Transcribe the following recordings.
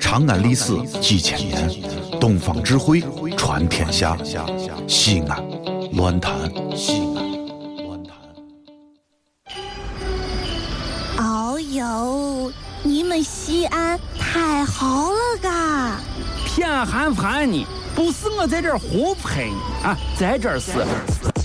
长安历史几千年，东方智慧传天下。西安，乱谈西安，乱谈。哦呦，你们西安太好了嘎！偏寒寒你，不是我在这儿胡喷你啊，在这儿是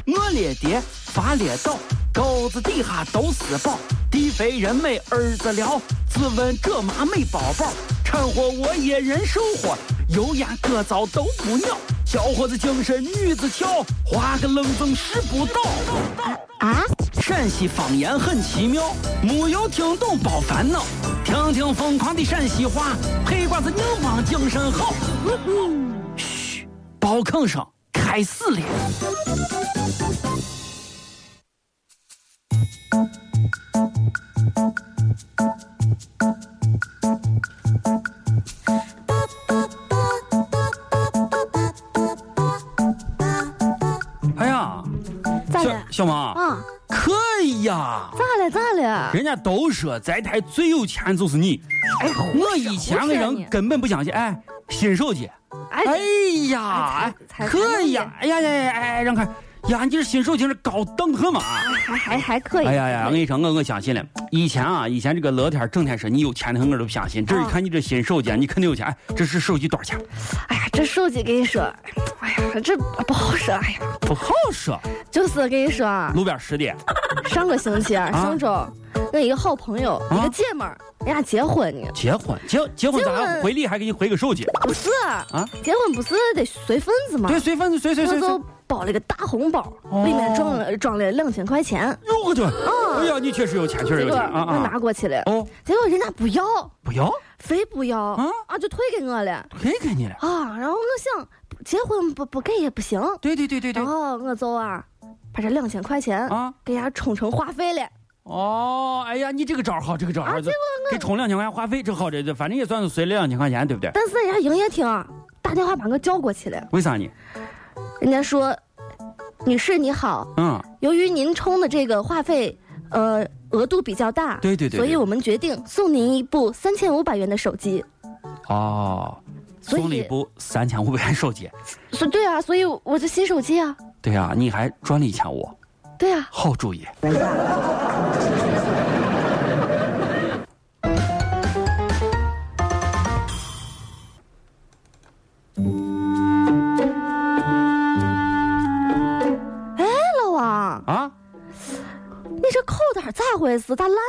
我列爹发列倒，沟子底下都是宝，地肥人美儿子了，自问这妈没宝宝，掺和我也人生活，油盐各糟都不尿，小伙子精神女子俏，花个愣风使不倒。啊，陕西方言很奇妙，没有听懂别烦恼，听听疯狂的陕西话，黑瓜子硬邦精神好。嘘，包吭声开始了。哎呀，咋小了？小王，啊，可以呀。咋了咋了？ 人家都说在台最有钱就是你，哎，我以前的胡说人你根本不相信。哎，新手机，哎哎呀，才才哎可以呀才，哎呀呀呀，哎，让开，呀，你这新手机是高档很嘛？还还还可以。哎呀呀，我跟你说，我我相信了。以前啊，以前这个乐天整天说你有钱的，我都不相信。嗯这一看你这新手机啊，你肯定有钱。哎这是手机多少钱？哎呀，这手机跟你说，哎呀，这不好说。哎呀，不好说，就是跟你说啊，路边拾的。上个星期啊，啊上周，我一个好朋友，一个姐们儿，人家结婚呢。结婚，结结婚结咋婚还回礼还给你回个手机？不是啊结婚不是得随份子吗？对，随份子，随随我随随就。包了个大红包，哦里面装了装了两千块钱。哟我去！嗯哎呀，你确实有钱，确结实有果钱啊我拿啊！过去了，哦，结果人家不要，不要，非不要啊啊，就退给我了赔给你了。啊。然后我想，结婚不不给也不行，对对对对对然。后我就啊，把这两千块钱啊给人家充成话费了。哦，哎呀，你这个招儿好，这个招儿好，这给充两千块钱话费，这好这这，反正也算是随了两千块钱，对不对？但是人家营业厅啊打电话把我叫过去了，为啥呢？人家说：“女士你好，嗯，由于您充的这个话费，呃，额度比较大，对对对对所以我们决定送您一部三千五百元的手机。哦，所以送了一部三千五百元手机，是，对啊，所以我这新手机啊，对呀、你还赚了一千五，对啊，好主意。老王，啊你这口袋咋回事？咋烂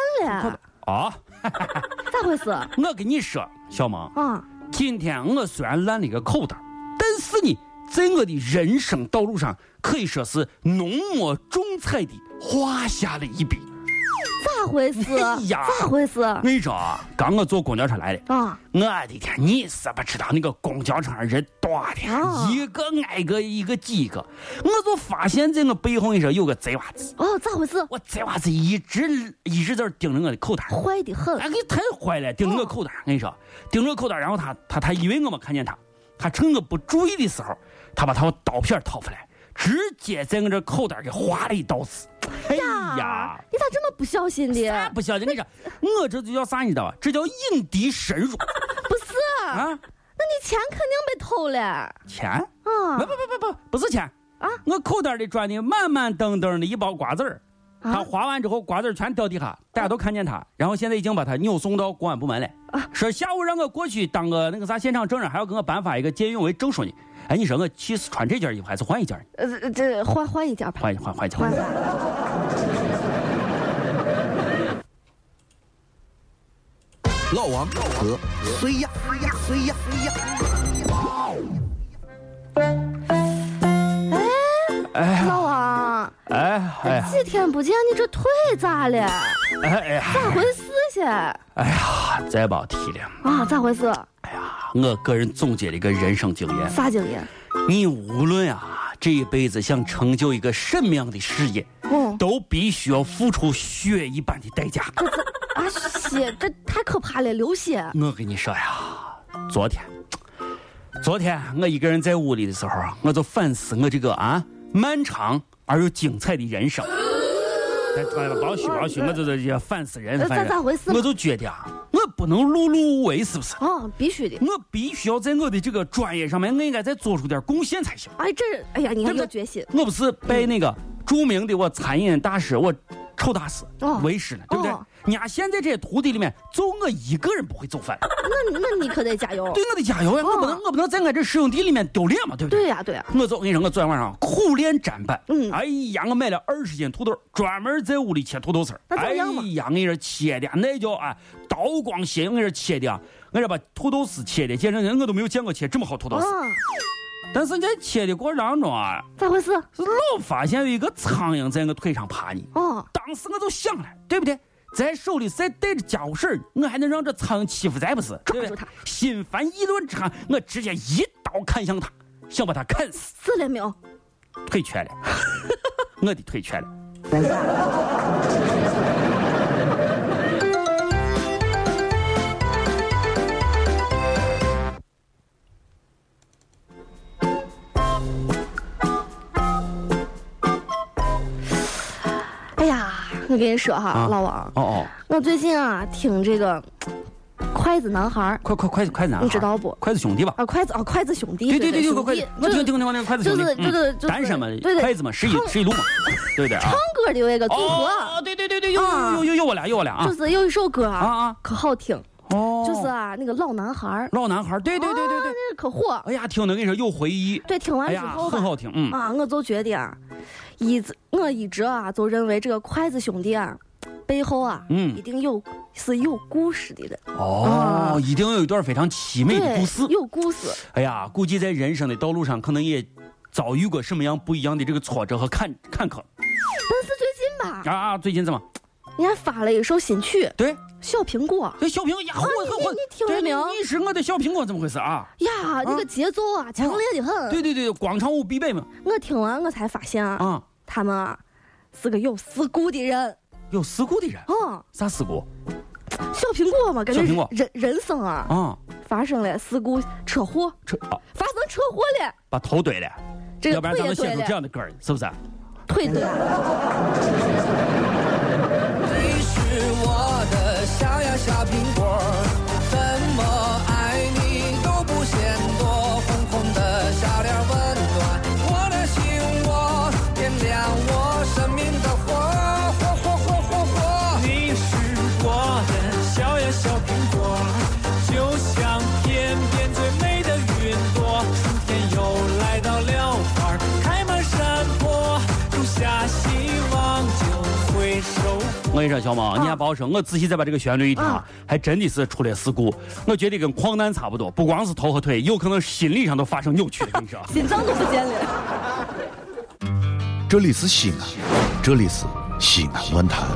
了？啊！咋回事？我跟你说，小萌，啊，今天我虽然烂了一个口袋，但是呢，在我的人生道路上可以说是浓墨重彩的画下了一笔。咋回事？哎呀咋回事？我跟你说啊，刚我坐公交车来的，啊，我的天，你是不知道那个公交车上人多啊的，一个挨个，一个挤一个。我就发现，在我背后你说有个贼娃子，哦，咋回事？我贼娃子一直一直在这盯着我的口袋。坏的很哎，给太坏了，盯着我口袋。我跟你说，盯着我口袋，然后他他他以为我没看见他，他趁我不注意的时候，他把他的刀片掏出来，直接在我这口袋给划了一刀子。哎呀！你咋这么不小心的？啥不小心？你说我这就叫啥？你知道吧？这叫引敌深入不是，啊！那你钱肯定被偷了啊！钱？不不不不不，不是钱啊！我口袋里装的满满登登的一包瓜子儿，啊他划完之后瓜子儿全掉地下，大家都看见他，然后现在已经把他扭送到公安部门了。啊说下午让我过去当个那个啥现场证人，还要给我颁发一个见义勇为证书呢。哎，你说我去是穿这件衣服还是换一件呢？呃，这换换一件吧，换一换换一件。换吧。老王和谁呀？谁呀？谁呀？哎老王，哎哎呀几天不见，你这腿咋了？哎哎呀，咋回事去？啊，哎呀，再别提了。咋啊回事？哎呀，我个人总结了一个人生经验。啥经验？你无论啊这一辈子想成就一个什么样的事业，嗯，都必须要付出血一般的代价。啊血，这太可怕了，流血。我跟你说呀，昨天，昨天我一个人在屋里的时候啊，我就反思我这个啊漫长而又精彩的人生。他他妈老许老许，我这这也烦死人，呃烦人嗯咋咋回事嘛我都觉得啊，我不能碌碌无为，是不是？哦，必须的。我必须要在我的这个专业上面，我应该再做出点贡献才行。哎，这哎呀，你对看不对有决心。我不是被那个著名的我餐饮大师我臭大师哦为师了，对不对哦？人家现在这些徒弟里面，就我一个人不会做饭，那那你可得加油。对我得加油呀！我不能我不能在我这师兄弟里面丢脸嘛，对不哦对？呀，对呀。我走，我跟你说，我昨天晚上苦练砧板，嗯哎呀，我买了二十斤土豆，专门在屋里切土豆丝儿。那哎咋样嘛呀，我跟你说切的那叫啊，刀光鲜影，我跟你说切的啊，我说把土豆丝切的，简直我都没有见过切这么好土豆丝。啊，但是在切的过程当中啊，咋回事？是老发现有一个苍蝇在我腿上爬呢。哦，当时我就想了，对不对？咱手里再带着家伙事儿，我还能让这苍蝇欺负咱不是？对不住对它！心烦意乱之下，我直接一刀砍向它，想把它砍死。死了没有？退圈了， 我的退圈了。哎呀，我跟你说哈，啊老王，哦哦，我最近啊听这个筷子男孩儿快快快快男，你知道不筷子兄弟吧？啊，筷子啊，筷子兄弟，对对对，有个兄筷弟子，，我听听听那个筷子兄弟，就是嗯就是就是单身嘛，对对筷子嘛，十一唱十一路嘛，对不对啊唱？歌的有一个组哦合，，对对对对，有啊有有有我俩有我俩啊就是有一首歌啊哦啊，啊！可好听，哦，就是啊那个老男孩儿，老男孩，对对对对对啊，那可火。哎呀，听的跟你说有回忆，对，听完哎之呀，后很吧，好听，嗯，啊，我就觉得啊，一直我一直啊就认为这个筷子兄弟啊，背后啊，嗯一定有是有故事的人，哦啊，一定有一段非常凄美的对故事，。有故事，哎呀，估计在人生的道路上，可能也遭遇过什么样不一样的这个挫折和坎坎坷但是最近吧，啊啊！最近怎么？人家发了一首新曲《对，小苹果这小苹果呀，混混混，你听着没有对哦你是我的小苹果，怎么回事啊？》哦呀，那个节奏啊，强烈的很。对对对，广场舞必备嘛。我听完我才发现啊，啊，他们啊是个有事故的人。有事故的人，哦，啥事故小苹果嘛，感小苹果觉人人生啊啊？发生了事故，车祸，车啊，发生车祸了，把头怼了，这要个不然腿咱也能对写出这了，样的歌儿，是不是？腿对了。你是我的小呀小苹果，怎么爱你都不嫌多，红红的小脸温暖我的心窝，点亮我生命的火，火火火火火。你是我的小呀小苹果，就像天边最美的云朵，春天又来到了，花儿开满山坡，种下希望就会收获。我跟你说，小猫，你还别说，我仔细再把这个旋律一听啊啊，还真的是出了事故。我觉得跟矿难差不多，不光是头和腿，有可能心理上都发生扭曲了。跟你说，心脏都不见了。这里是西安，这里是西安乱坛。